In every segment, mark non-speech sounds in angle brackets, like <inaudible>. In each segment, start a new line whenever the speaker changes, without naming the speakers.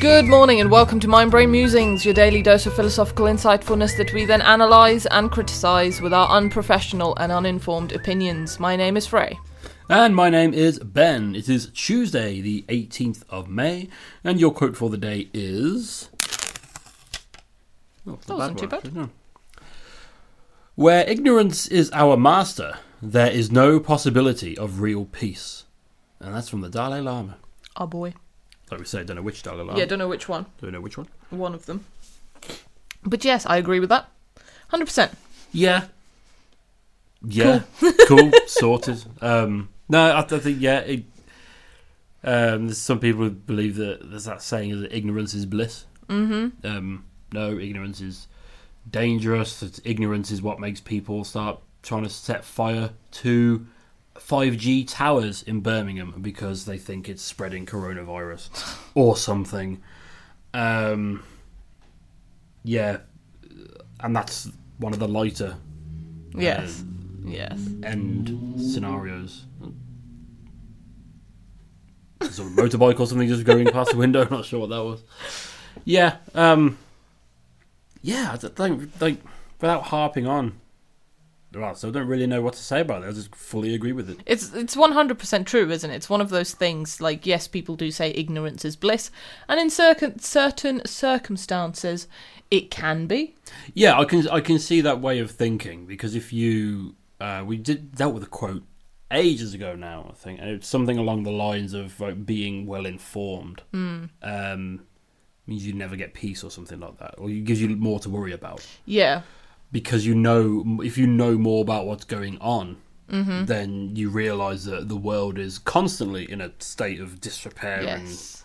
Good morning and welcome to Mind Brain Musings, your daily dose of philosophical insightfulness that we then analyse and criticise with our unprofessional and uninformed opinions. My name is Frey.
And my name is Ben. It is Tuesday, the 18th of May, and your quote for the day is. Oh,
That wasn't too bad.
actually, no. Where ignorance is our master, there is no possibility of real peace. And that's from the Dalai Lama.
Our boy.
Like we say, I don't know which Dalai Lama.
Yeah, don't know which one.
don't know which one.
One of them. But yes, I agree with that. 100%.
Yeah. Yeah. <laughs> Cool. sorted. Um, no, I, th- I think yeah. It, um, there's some people who believe that there's that saying that ignorance is bliss. Mm-hmm. Um, no, ignorance is dangerous. That ignorance is what makes people start trying to set fire to 5G towers in Birmingham because they think it's spreading <laughs> coronavirus or something. Um, yeah, and that's one of the lighter
Yes. Yes.
end scenarios. Sort of motorbike or something just going past the window. Not sure what that was. Yeah, um, yeah. I don't- don't like without harping on. Right, so I don't really know what to say about it. I just fully agree with it.
It's it's 100% true, isn't it? It's one of those things like yes, people do say ignorance is bliss, and in certain certain circumstances it can be.
Yeah, I can I can see that way of thinking because if you uh, we did dealt with a quote ages ago now, I think, and it's something along the lines of like, being well informed um, means you never get peace or something like that, or it gives you more to worry about
Yeah.
because you know if you know more about what's going on. Then you realise that the world is constantly in a state of disrepair and
Yes.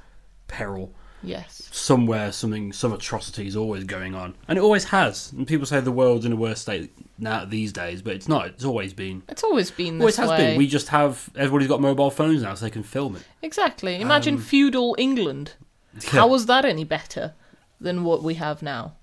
peril
Yes.
somewhere something some atrocity is always going on and it always has and people say the world's in a worse state now these days but it's not it's always been
It's always been
always
this
has
way.
been we just have everybody's got mobile phones now so they can film it
Exactly. Imagine
Um,
feudal England. How was that any better than what we have now?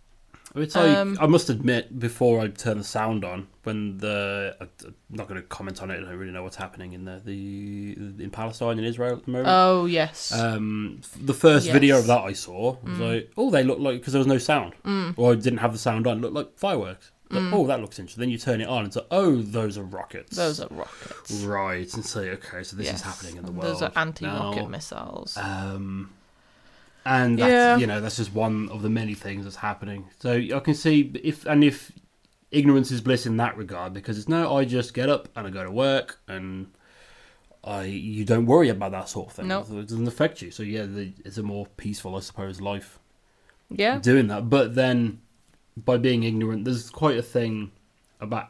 it's like
Um,
i must admit before i turn the sound on when the i'm not going to comment on it i don't really know what's happening in the, the in palestine and israel at the moment
Oh yes.
um, the first
Yes. Mm.
video of that I saw was like, oh, they look like because there was no sound, or I didn't have the sound on. Looked like fireworks. Like,
Mm.
Oh, that looks interesting. Then you turn it on, and it's like, oh, those are rockets.
Those are rockets.
right, and say, okay, so this
yes.
is happening in the
And
world.
Those are anti-rocket
now.
missiles.
Um, and that's,
Yeah.
you know that's just one of the many things that's happening. So I can see if and if ignorance is bliss in that regard because it's no, I just get up and I go to work and I you don't worry about that sort of thing.
No.
So It doesn't affect you. So yeah, the, it's a more peaceful, I suppose, life
yeah.
doing that. But then by being ignorant, there's quite a thing about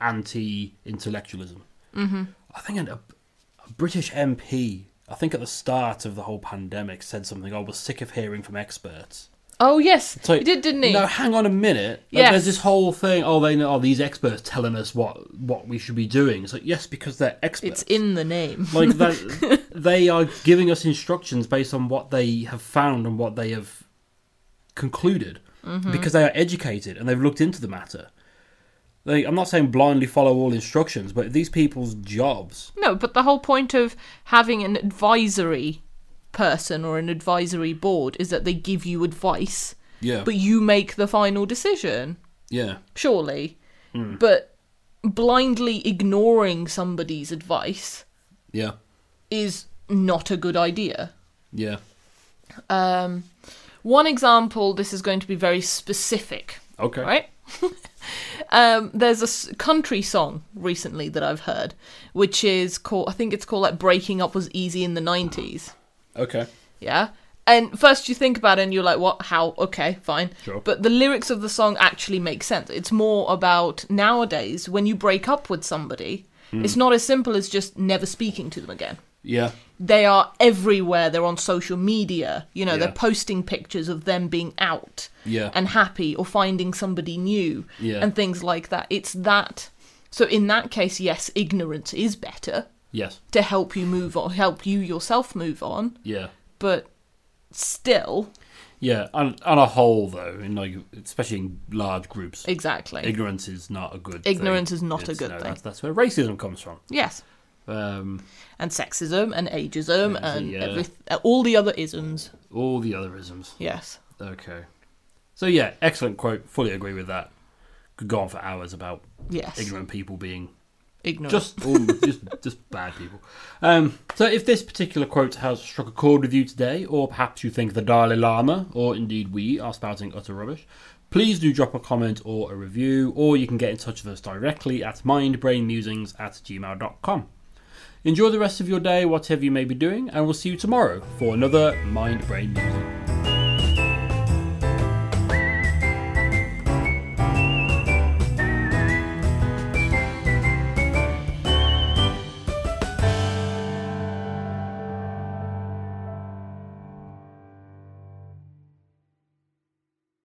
anti-intellectualism.
Mm-hmm.
I think an, a, a British MP, I think at the start of the whole pandemic, said something. I was sick of hearing from experts.
Oh yes.
So-
he did, didn't he?
No, hang on a minute. Like,
Yes.
There's this whole thing. Oh, they know. Oh, these experts telling us what what we should be doing. It's like yes, because they're experts.
It's in the name.
like they,
<laughs>
they are giving us instructions based on what they have found and what they have concluded
Mm-hmm.
because they are educated and they've looked into the matter. Like, I'm not saying blindly follow all instructions, but these people's jobs
No, but the whole point of having an advisory person or an advisory board is that they give you advice,
Yeah.
but you make the final decision,
yeah.
surely. But blindly ignoring somebody's advice
Yeah.
is not a good idea.
Yeah.
Um, one example, this is going to be very specific,
Okay.
right? <laughs> um, there's a s- country song recently that I've heard, which is called, I think it's called like Breaking Up Was Easy in the 90s.
Okay.
Yeah. And first you think about it and you're like, what? How? Okay, fine.
Sure.
But the lyrics of the song actually make sense. It's more about nowadays when you break up with somebody,
Hmm.
it's not as simple as just never speaking to them again.
Yeah.
They are everywhere. They're on social media. You know,
Yeah.
they're posting pictures of them being out
Yeah.
and happy or finding somebody new
Yeah.
and things like that. It's that. So in that case, yes, ignorance is better
yes.
to help you move on, help you yourself move on
Yeah.
but still
Yeah. On, on a whole, though, in like especially in large groups,
exactly
ignorance is not a good.
Ignorance
thing.
is not a
It's-
good
no,
thing.
That's, that's where racism comes from.
yes
Um,
and sexism and ageism
Yeah,
and
yeah.
everyth- all the other isms.
all the other isms.
Yes.
Okay. So yeah, excellent quote. Fully agree with that. Could go on for hours about
Yes.
ignorant people being
Ignorant.
just all, just just bad people. Um, so if this particular quote has struck a chord with you today, or perhaps you think the Dalai Lama, or indeed we, are spouting utter rubbish, please do drop a comment or a review, or you can get in touch with us directly at mindbrainmusings at gmail.com. Enjoy the rest of your day, whatever you may be doing, and we'll see you tomorrow for another Mind Brain Musings.